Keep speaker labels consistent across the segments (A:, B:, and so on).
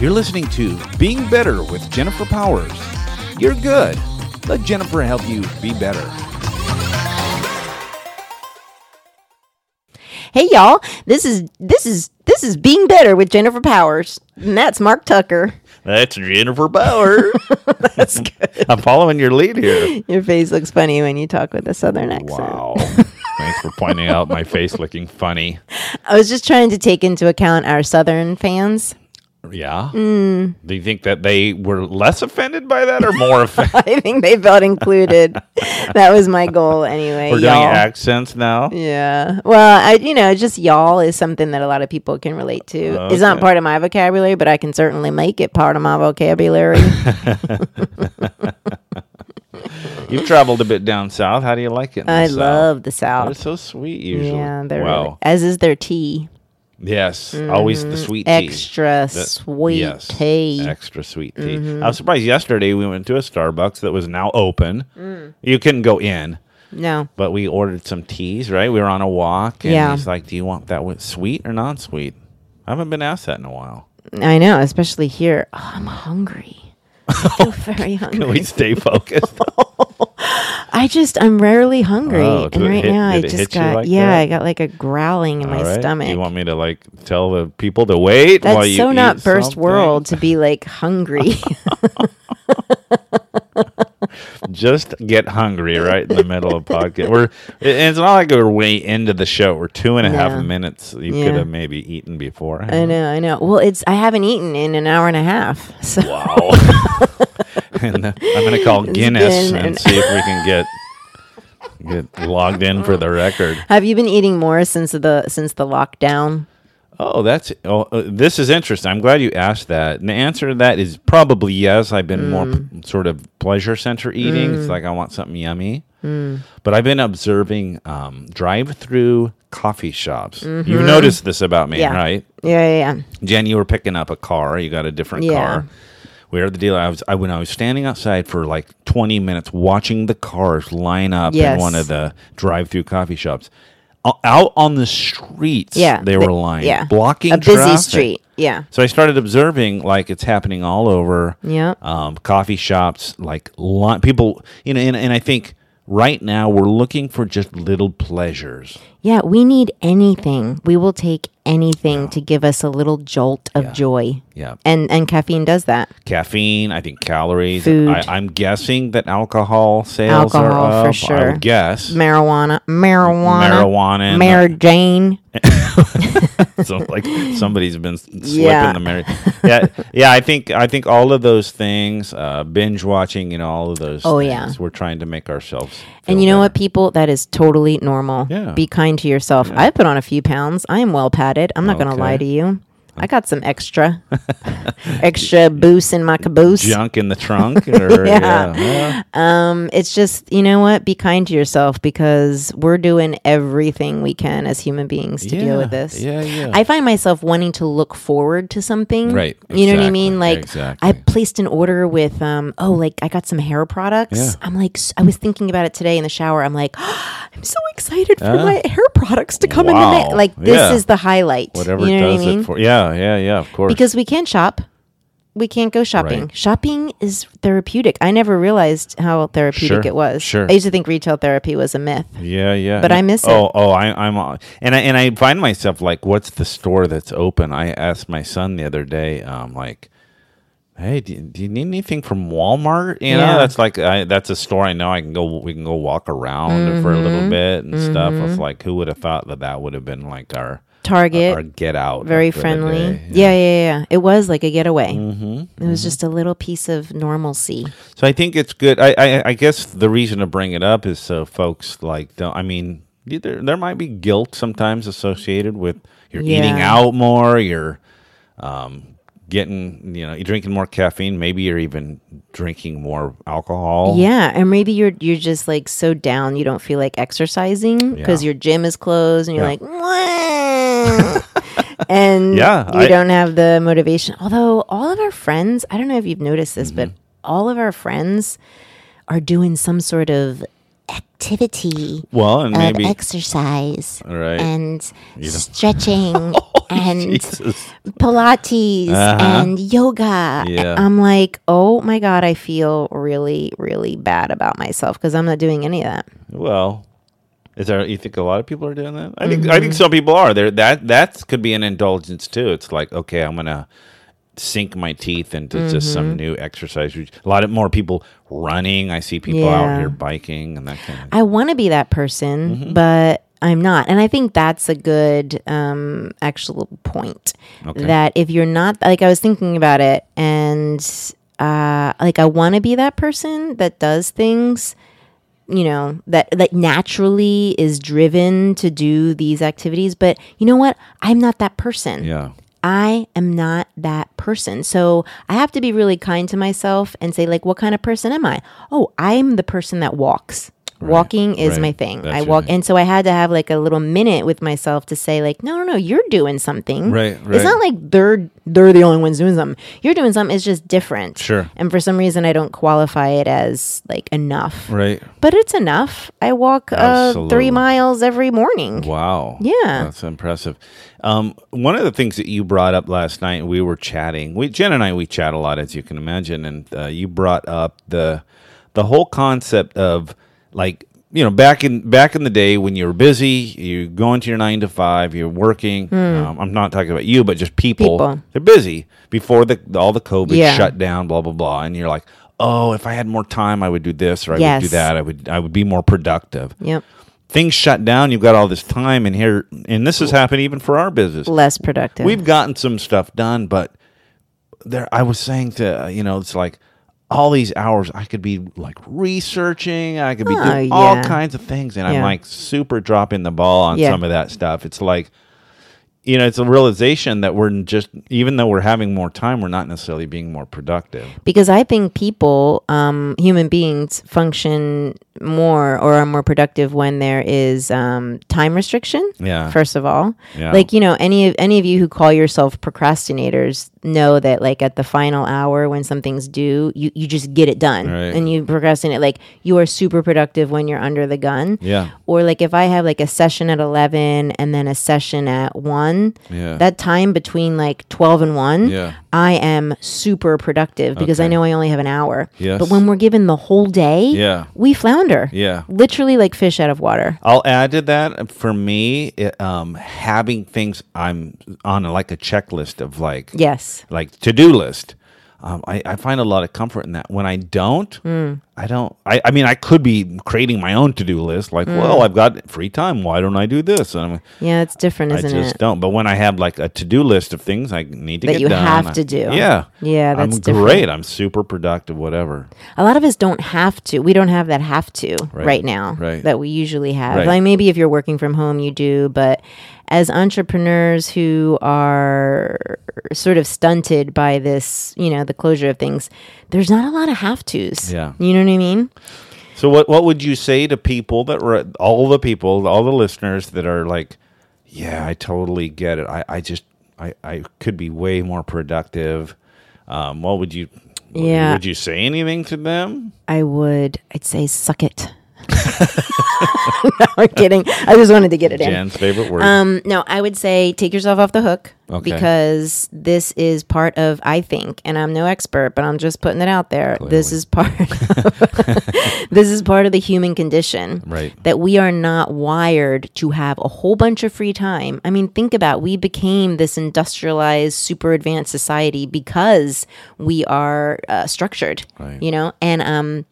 A: You're listening to Being Better with Jennifer Powers. You're good. Let Jennifer help you be better.
B: Hey y'all, this is this is this is being better with Jennifer Powers, and that's Mark Tucker.
C: That's Jennifer Bauer.
B: That's good.
C: I'm following your lead here.
B: Your face looks funny when you talk with a southern accent.
C: Wow. Thanks for pointing out my face looking funny.
B: I was just trying to take into account our southern fans.
C: Yeah.
B: Mm.
C: Do you think that they were less offended by that or more offended?
B: I think they felt included. that was my goal anyway.
C: We're doing
B: y'all.
C: accents now.
B: Yeah. Well, I you know, just y'all is something that a lot of people can relate to. It's not
C: Okay.
B: part of my vocabulary, but I can certainly make it part of my vocabulary.
C: You've traveled a bit down south. How do you like it? in the
B: I
C: South?
B: love the
C: They're
B: South.
C: so sweet usually.
B: Yeah, they're
C: wow.
B: really- as is their tea.
C: Yes, always
B: Mm-hmm.
C: the sweet tea.
B: Extra
C: That-
B: sweet
C: yes,
B: tea. Mm-hmm.
C: Extra sweet tea. I was surprised yesterday we went to a Starbucks that was now open.
B: Mm.
C: You couldn't go in,
B: no.
C: but we ordered some teas, right? We were on a walk and
B: Yeah.
C: he's like, "Do you want that with sweet or non-sweet?" I haven't been asked that in a while.
B: I know, especially here. Oh, I'm hungry. I feel
C: Can
B: very hungry.
C: we stay focused?
B: I just I'm rarely hungry,
C: Oh, did
B: and
C: it
B: right
C: hit-
B: now I
C: did it
B: just
C: hit you
B: got
C: like
B: yeah,
C: that?
B: I got like a growling in my
C: All right.
B: stomach.
C: You want me to like tell the people to wait while
B: That's
C: you
B: so
C: eat
B: not first
C: something? Oh.
B: world to be like hungry.
C: just get hungry right in the middle of podcast. We're and it's not like we're way into the show. We're two and a half
B: No.
C: minutes. You
B: Yeah.
C: could have maybe eaten before.
B: I know, I know. Well, it's I haven't eaten in an hour and a half. So
C: Wow. and uh, I'm gonna call Guinness
B: been
C: and
B: an-
C: see if we can get get logged in for the record.
B: have you been eating more since the since the lockdown?
C: Oh, that's oh, uh, this is interesting. I'm glad you asked that. And the answer to that is probably yes. I've been more
B: Mm.
C: p- sort of pleasure center eating. It's like I want something yummy.
B: Mm.
C: But I've been observing um, drive-through coffee shops. You noticed this about me,
B: Mm-hmm. Yeah.
C: right?
B: Yeah, yeah, yeah.
C: Jen, you were picking up a car. You got a different
B: Yeah.
C: car. We were at the dealer. I was I, when I was standing outside for like 20 minutes watching the cars line up
B: Yes.
C: in one of the drive-through coffee shops. O- Out on the streets,
B: Yeah,
C: they
B: the-
C: were lined,
B: yeah.
C: blocking
B: A busy
C: traffic.
B: street. Yeah.
C: So I started observing like it's happening all over.
B: Yeah.
C: Um, coffee shops, like li- people, you know, and, and I think right now we're looking for just little pleasures.
B: Yeah, we need anything. We will take anything to give us a little jolt of joy.
C: Yeah.
B: And and caffeine does that.
C: caffeine. I think calories.
B: Food.
C: I, I'm guessing that alcohol sales
B: Alcohol,
C: are up.
B: for
C: I
B: sure.
C: would guess
B: Marijuana, marijuana,
C: marijuana. and- uh,
B: Mary Jane.
C: so, like somebody's been s- slipping
B: Yeah.
C: the mar- Yeah, yeah. I think I think all of those things, uh, binge watching, you know, all of those.
B: Oh,
C: things,
B: yeah.
C: We're trying to make ourselves.
B: And
C: feel
B: you know
C: better.
B: what, people? That is totally normal.
C: Yeah.
B: Be kind to yourself. I've put on a few pounds. I am well padded. I'm not going to lie
C: Okay.
B: to you. I got some extra, extra boost in my caboose.
C: Junk in the trunk, or
B: Yeah.
C: yeah. yeah.
B: Um, it's just you know what? Be kind to yourself because we're doing everything we can as human beings to deal with
C: Yeah,
B: this.
C: yeah, yeah.
B: I find myself wanting to look forward to something.
C: Right,
B: You know what I
C: exactly,
B: mean? Like
C: exactly.
B: I placed an order with um. Oh, like I got some hair products.
C: Yeah.
B: I'm like s- I was thinking about it today in the shower. I'm like, I'm so excited for my hair products to come in
C: Uh-huh. Wow,
B: today. Like this
C: yeah.
B: is the highlight.
C: Whatever
B: you know
C: does
B: what I mean?
C: it for. Yeah, yeah, yeah. Of course.
B: because we can't shop. We can't go shopping.
C: Right.
B: Shopping is therapeutic. I never realized how
C: Sure,
B: therapeutic it was.
C: sure.
B: I used to think retail therapy was a myth.
C: Yeah, yeah.
B: But I miss it.
C: Oh, oh, I, I'm uh, and I and I find myself like, what's the store that's open? I asked my son the other day, um, like, hey, do you, do you need anything from Walmart? You
B: Yeah.
C: know, that's like I, that's a store I know I can go. We can go walk around for a
B: Mm-hmm.
C: little bit and stuff. It's like, who would have thought that that would have been like our
B: Target,
C: our get out?
B: very
C: for the
B: friendly.
C: day?
B: yeah. yeah, yeah, It was like a getaway. Mm-hmm, it was just a little piece of normalcy.
C: So I think it's good. I, I I guess the reason to bring it up is so folks like don't. I mean, there there might be guilt sometimes associated with you're eating
B: Yeah.
C: out more, you're um, getting you know you're drinking more caffeine, maybe you're even drinking more alcohol.
B: Yeah, and maybe you're you're just like so down you don't feel like exercising because
C: Yeah.
B: your gym is closed and you're
C: Yeah.
B: like, "Mwah." and
C: Yeah,
B: you
C: I-
B: don't have the motivation. Although all of our friends,
C: Mm-hmm.
B: I don't know if you've noticed this, but all of our friends are doing some sort of
D: activity
C: Well, and
D: of
C: maybe-
D: exercise
C: All right.
D: and
C: You know.
D: stretching and
C: Jesus.
D: Pilates
C: Uh-huh.
D: and yoga.
C: Yeah.
B: I'm like, oh my God, I feel really, really bad about myself because I'm not doing any of that.
C: Well, is there? You think a lot of people are doing that? I think
B: Mm-hmm.
C: I think some people are. There that that could be an indulgence too. It's like okay, I'm gonna sink my teeth into just
B: Mm-hmm.
C: some new exercise. rout- A lot of more people running. I see people out
B: Yeah.
C: here biking and that kind of.
B: I want to be that person,
C: Mm-hmm.
B: but I'm not. And I think that's a good um, actual point.
C: Okay.
B: That if you're not, like, I was thinking about it and uh, like, I want to be that person that does things. You know that that naturally is driven to do these activities, but you know what? I'm not that person.
C: Yeah.
B: I am not that person. So I have to be really kind to myself and say, like, what kind of person am I? Oh, I'm the person that walks. Walking is
C: right.
B: my thing.
C: That's
B: I
C: your
B: walk.
C: thing.
B: And so I had to have like a little minute with myself to say, like, no, no, no, you're doing something.
C: Right, right.
B: It's not like they're they're the only ones doing something. You're doing something, it's just different.
C: Sure.
B: And for some reason I don't qualify it as like enough.
C: Right.
B: But it's enough. I walk uh,
C: Absolutely.
B: three miles every morning.
C: Wow.
B: Yeah.
C: That's impressive. Um, one of the things that you brought up last night, we were chatting. We Jen and I we chat a lot, as you can imagine, and uh, you brought up the the whole concept of like you know back in back in the day when you were busy, you go into your nine to five, you're working. Um, I'm not talking about you, but just people.
B: Hmm. People.
C: They're busy before the all the COVID
B: Yeah.
C: shut down, blah blah blah, and you're like. Oh, if I had more time, I would do this or I would do
B: Yes.
C: that. I would I would be more productive
B: Yep.
C: things shut down. You've got all this time in here, and this has happened even for our business.
B: Less productive.
C: We've gotten some stuff done, but there, I was saying to uh, you know, it's like all these hours I could be like researching, I could be
B: Oh,
C: doing all
B: yeah.
C: kinds of things, and I'm
B: Yeah.
C: like super dropping the ball on
B: Yeah.
C: some of that stuff. It's like you know, it's a realization that we're just even though we're having more time, we're not necessarily being more productive.
B: because I think people, um, human beings, function more or are more productive when there is um, time restriction.
C: Yeah.
B: First of all,
C: Yeah.
B: like you know, any of any of you who call yourself procrastinators know that like at the final hour when something's due, you you just get it done
C: Right.
B: and you procrastinate. Like you are super productive when you're under the gun.
C: Yeah.
B: Or like if I have like a session at eleven and then a session at one,
C: Yeah.
B: that time between like twelve and one,
C: Yeah.
B: I am super productive because I
C: Okay.
B: know I only have an hour.
C: Yes.
B: But when we're given the whole day,
C: Yeah.
B: we flounder.
C: Yeah.
B: Literally like fish out of water.
C: I'll add to that uh, for me, it, um, having things I'm on like a checklist of like
B: Yes.
C: like to do list. Um, I, I find a lot of comfort in that. When I don't,
B: Hmm.
C: I don't. I, I mean, I could be creating my own to do list. Like,
B: Hmm.
C: well, I've got free time. Why don't I do this? And I'm,
B: Yeah, it's different,
C: I
B: isn't
C: just
B: it?
C: don't. But when I have like a to do list of things I need to
B: That
C: get
B: you
C: done,
B: have
C: I-
B: to do.
C: Yeah,
B: Yeah, that's
C: I'm
B: different.
C: great. I'm super productive. Whatever.
B: A lot of us don't have to. We don't have that have to right, now
C: right.
B: that we usually have.
C: Right.
B: Like maybe if you're working from home, you do, but as entrepreneurs who are sort of stunted by this, you know, the closure of things, there's not a lot of have tos.
C: Yeah.
B: You know what I mean?
C: So what what would you say to people that were all the people, all the listeners that are like, yeah, I totally get it. I, I just I, I could be way more productive. Um, what would you
B: Yeah.
C: would you say anything to them?
B: I would, I'd say, suck it. no, I'm kidding. I just wanted to get it in.
C: Jan's favorite word.
B: Um, no, I would say take yourself off the hook
C: Okay.
B: because this is part of, I think, and I'm no expert, but I'm just putting it out there. This
C: Clearly.
B: is part. this is part of the human condition.
C: Right.
B: That we are not wired to have a whole bunch of free time. I mean, think about we became this industrialized, super advanced society because we are uh, structured.
C: Right.
B: You know, and um,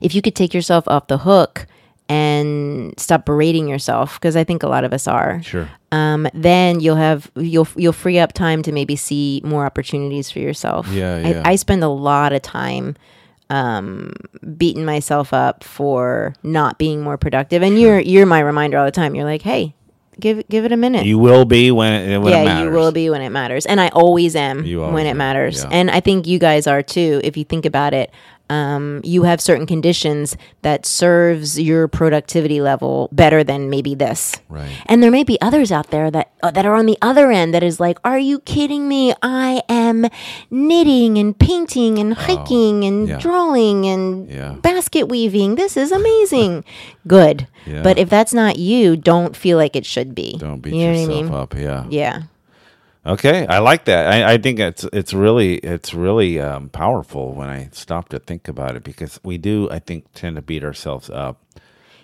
B: if you could take yourself off the hook and stop berating yourself because i think a lot of us are
C: sure.
B: um, then you'll have you'll you'll free up time to maybe see more opportunities for yourself
C: Yeah,
B: I,
C: yeah.
B: I spend a lot of time um beating myself up for not being more productive and you're you're my reminder all the time you're like hey give give it a minute
C: You will be when it, when it
B: yeah,
C: matters.
B: you will be when it matters, and I always am
C: You
B: when
C: always
B: it
C: are,
B: matters,
C: yeah.
B: and I think you guys are too. If you think about it, um, you have certain conditions that serves your productivity level better than maybe this.
C: Right.
B: And there may be others out there that uh, that are on the other end that is like, are you kidding me? I am knitting and painting and hiking and
C: yeah.
B: drawing and
C: Yeah.
B: basket weaving. This is amazing. Good.
C: Yeah.
B: But if that's not you, don't feel like it should be.
C: Don't beat
B: You know what I
C: yourself
B: mean?
C: up. Yeah.
B: Yeah.
C: Okay, I like that. I, I think it's it's really it's really um, powerful when I stop to think about it because we do I think tend to beat ourselves up.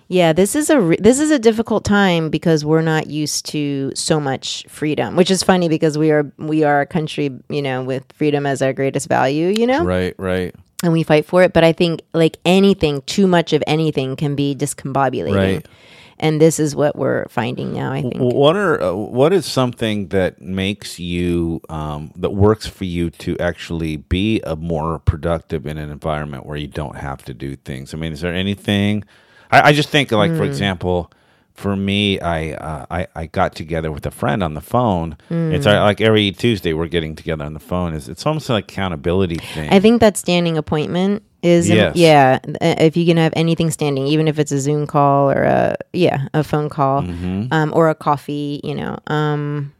B: Yeah, this is a re- this is a difficult time because we're not used to so much freedom, which is funny because we are we are a country, you know, with freedom as our greatest value, you know,
C: Right, right,
B: and we fight for it. But I think like anything, too much of anything can be discombobulating,
C: Right.
B: and this is what we're finding now. I think
C: What are uh, what is something that makes you um, that works for you to actually be a more productive in an environment where you don't have to do things? I mean, is there anything? I, I just think like
B: Hmm.
C: for example. For me, I, uh, I I got together with a friend on the phone. It's
B: Hmm.
C: uh, like every Tuesday we're getting together on the phone. Is it's almost an accountability thing.
B: I think that standing appointment is
C: Yes.
B: yeah. th- If you can have anything standing, even if it's a Zoom call or a yeah a phone call
C: Mm-hmm.
B: um, or a coffee, you know, um,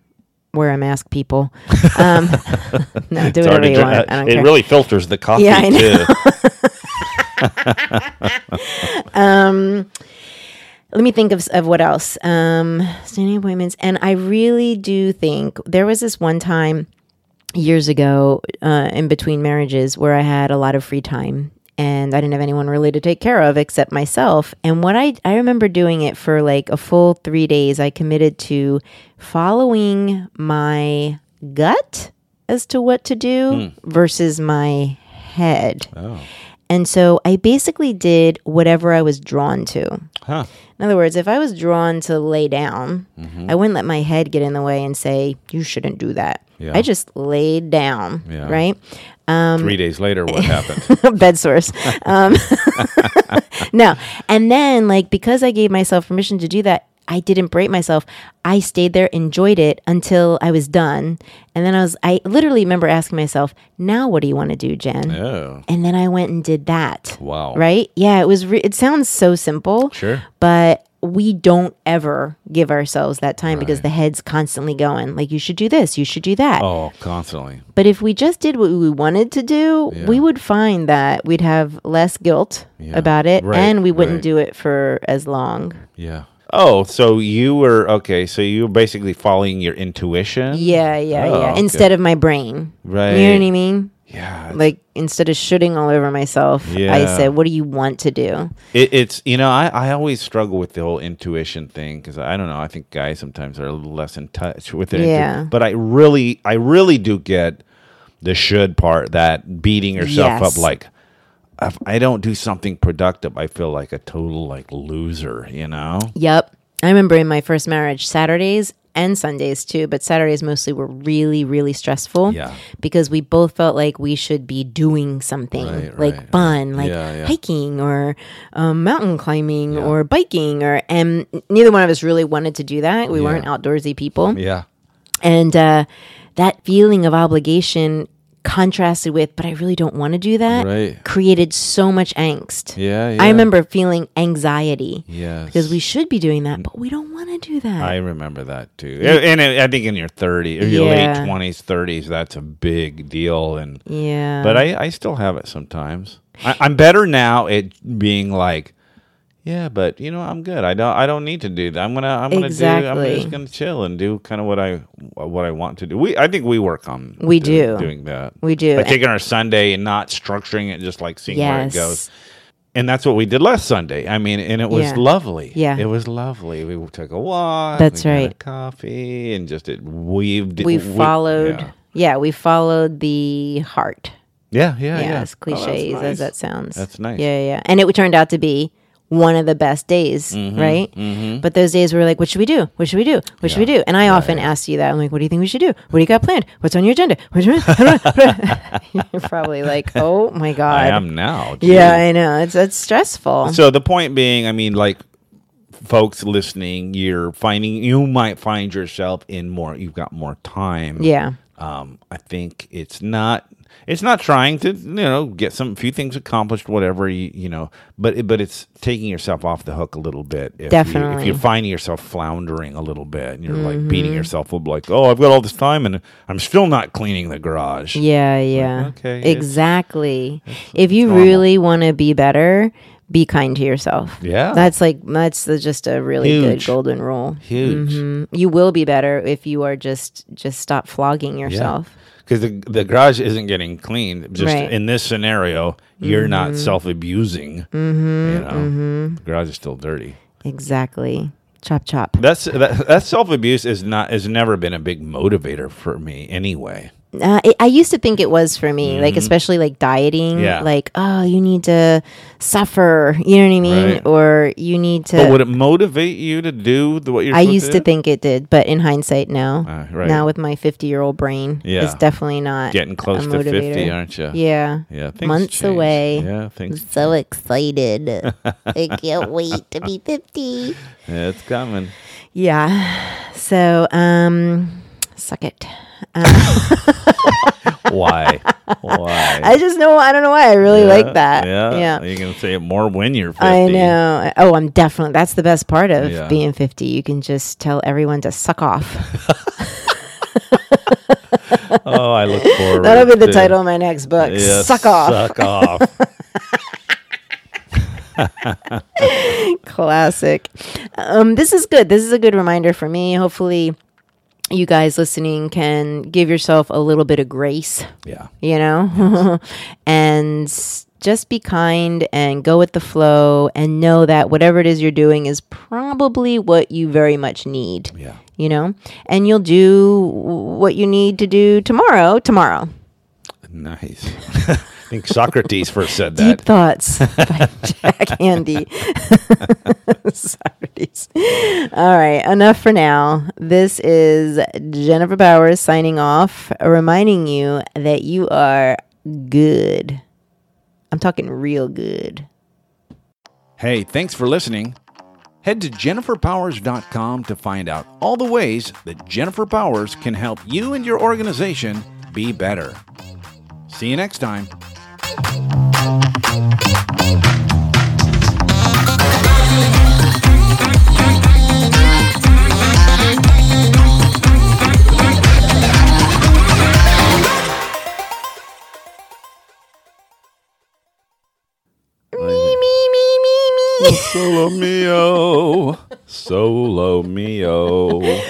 B: wear a mask, people. Um, no, do
C: It's
B: whatever
C: already
B: you
C: dri-
B: want. I
C: uh,
B: don't
C: it
B: care.
C: really filters the coffee
B: Yeah, I know.
C: too.
B: let me think of, of what else um standing appointments and i really do think there was this one time years ago uh, in between marriages where i had a lot of free time and i didn't have anyone really to take care of except myself and what i i remember doing it for like a full three days i committed to following my gut as to what to do versus my head
C: Oh,
B: and so i basically did whatever i was drawn to
C: Huh.
B: in other words, if I was drawn to lay down,
C: Mm-hmm.
B: I wouldn't let my head get in the way and say, you shouldn't do that.
C: Yeah.
B: I just laid down,
C: Yeah.
B: right? Um,
C: Three days later, what happened?
B: Bed source. Um, no. And then, like, because I gave myself permission to do that, I didn't break myself. I stayed there, enjoyed it until I was done. And then I was, I literally remember asking myself, now what do you want to do, Jen?
C: Oh,
B: And then I went and did that.
C: wow.
B: Right? Yeah, it was re- it sounds so simple.
C: Sure.
B: But we don't ever give ourselves that time because the head's constantly going like you should do this, you should do that.
C: Oh, constantly.
B: But if we just did what we wanted to do, we would find that we'd have less guilt about it
C: Right,
B: and we wouldn't
C: right.
B: do it for as long.
C: Yeah. Oh, so you were okay. So you were basically following your intuition.
B: Yeah, yeah,
C: Oh,
B: yeah.
C: okay.
B: Instead of my brain.
C: Right.
B: You know what I mean?
C: Yeah.
B: Like instead of shooting all over myself, I
C: Yeah.
B: said, "What do you want to do?"
C: It, it's you know I, I always struggle with the whole intuition thing because I don't know I think guys sometimes are a little less in touch with it.
B: Yeah.
C: But I really I really do get the should part that beating yourself
B: Yes.
C: up like if I don't do something productive I feel like a total like loser you know.
B: Yep. I remember in my first marriage, Saturdays and Sundays too, but Saturdays mostly were really, really stressful.
C: Yeah.
B: Because we both felt like we should be doing something
C: Right,
B: like
C: right.
B: fun, like
C: Yeah, yeah.
B: hiking or um, mountain climbing or biking or, and neither one of us really wanted to do that. We weren't outdoorsy people.
C: Yeah.
B: And uh, that feeling of obligation contrasted with, but I really don't want to do that,
C: Right.
B: created so much angst.
C: Yeah.
B: I remember feeling anxiety
C: Yes.
B: because we should be doing that, but we don't want to do that.
C: Mm. I remember that too. And I I think in your 30s, or your
B: Yeah. Uh-huh.
C: late 20s, 30s, that's a big deal. And
B: yeah.
C: but I, I still have it sometimes. I, I'm better now at being like, yeah, but you know, I'm good. I don't I don't need to do that. I'm gonna I'm gonna do I'm
B: Exactly.
C: just gonna chill and do kind of what I what I want to do. We I think we work on
B: We
C: do-
B: do.
C: doing that.
B: we do.
C: Like taking our Sunday and not structuring it, just like seeing where it
B: yes.
C: goes and that's what we did last Sunday. I mean, and it was
B: Yeah.
C: lovely.
B: Yeah.
C: it was lovely. We took a walk.
B: That's
C: we had a
B: right.
C: coffee and just it weaved.
B: We
C: we-
B: followed.
C: Yeah,
B: yeah. we followed the heart.
C: yeah, yeah.
B: Yeah,
C: yeah.
B: as
C: Oh, that's
B: cliches
C: nice.
B: as that sounds.
C: That's nice.
B: Yeah, yeah. And it turned out to be one of the best days,
C: Mm-hmm,
B: right? But those days we were like, what should we do? What should we do? What should we do? And I often ask you that. I'm like, what do you think we should do? What do you got planned? What's on your agenda? What's your You're probably like, oh my God.
C: I am now. Geez.
B: Yeah, I know. It's, it's stressful.
C: So the point being, I mean, like folks listening, you're finding you might find yourself in more. You've got more time.
B: yeah.
C: Um, I think it's not it's not trying to you know get some few things accomplished, whatever you you know, but it, but it's taking yourself off the hook a little bit. If you, if
B: Definitely. Mm-hmm.
C: you're finding yourself floundering a little bit, and you're like beating yourself up, like oh, I've got all this time and I'm still not cleaning the garage.
B: Yeah, yeah.
C: okay, it's-
B: Exactly. If you
C: normal.
B: really want to be better, be kind to yourself.
C: Yeah.
B: That's like that's the, just a really good
C: Huge.
B: golden rule.
C: Huge.
B: Mm, You will be better if you are just just stop flogging yourself.
C: Because the, the garage isn't getting cleaned. Just
B: Right. Mm-hmm.
C: in this scenario, you're not self abusing. you know, the garage is still dirty.
B: Exactly. Chop chop.
C: That's that, that self abuse is not has never been a big motivator for me anyway.
B: Uh, it, I used to think it was for me, like especially like dieting,
C: Mm-hmm. Yeah.
B: like oh, you need to suffer, you know what I mean,
C: Right.
B: or you need to.
C: But would it motivate you to do the, what you're?
B: I
C: supposed
B: used to
C: do?
B: think it did, but in hindsight now,
C: Ah, right.
B: now with my 50 year old brain,
C: Yeah.
B: it's definitely not
C: getting
B: a
C: close to fifty,
B: motivator.
C: aren't you?
B: Yeah.
C: yeah. Things
B: Months
C: change.
B: away.
C: Yeah, things.
D: So excited. I can't wait to be 50.
C: Yeah, it's coming.
B: Yeah. So, um, suck it. Um,
C: Why? Why?
B: I just know, I don't know why I really
C: Yeah,
B: like that.
C: Yeah,
B: Yeah.
C: You're gonna say it more when you're fifty.
B: I know. Oh, I'm definitely, that's the best part of
C: Yeah.
B: being 50. You can just tell everyone to suck off.
C: Oh, I look forward.
B: That'll be the
C: to-
B: title of my next book.
C: Yeah,
B: suck off.
C: Suck off.
B: Classic. Um, this is good. This is a good reminder for me. Hopefully, you guys listening can give yourself a little bit of grace,
C: yeah.
B: you know, and s- just be kind and go with the flow and know that whatever it is you're doing is probably what you very much need,
C: Yeah.
B: you know, and you'll do w- what you need to do tomorrow, tomorrow.
C: Nice. I think Socrates first said
B: Deep
C: that.
B: Thoughts by Jack Handy. Socrates. All right, enough for now. This is Jennifer Bowers signing off, reminding you that you are good. I'm talking real good.
A: Hey, thanks for listening. Head to jenniferpowers.com to find out all the ways that Jennifer Powers can help you and your organization be better. See you next time.
B: Me, me,
C: Oh,
B: me, me.
C: Solo mio. Solo mio.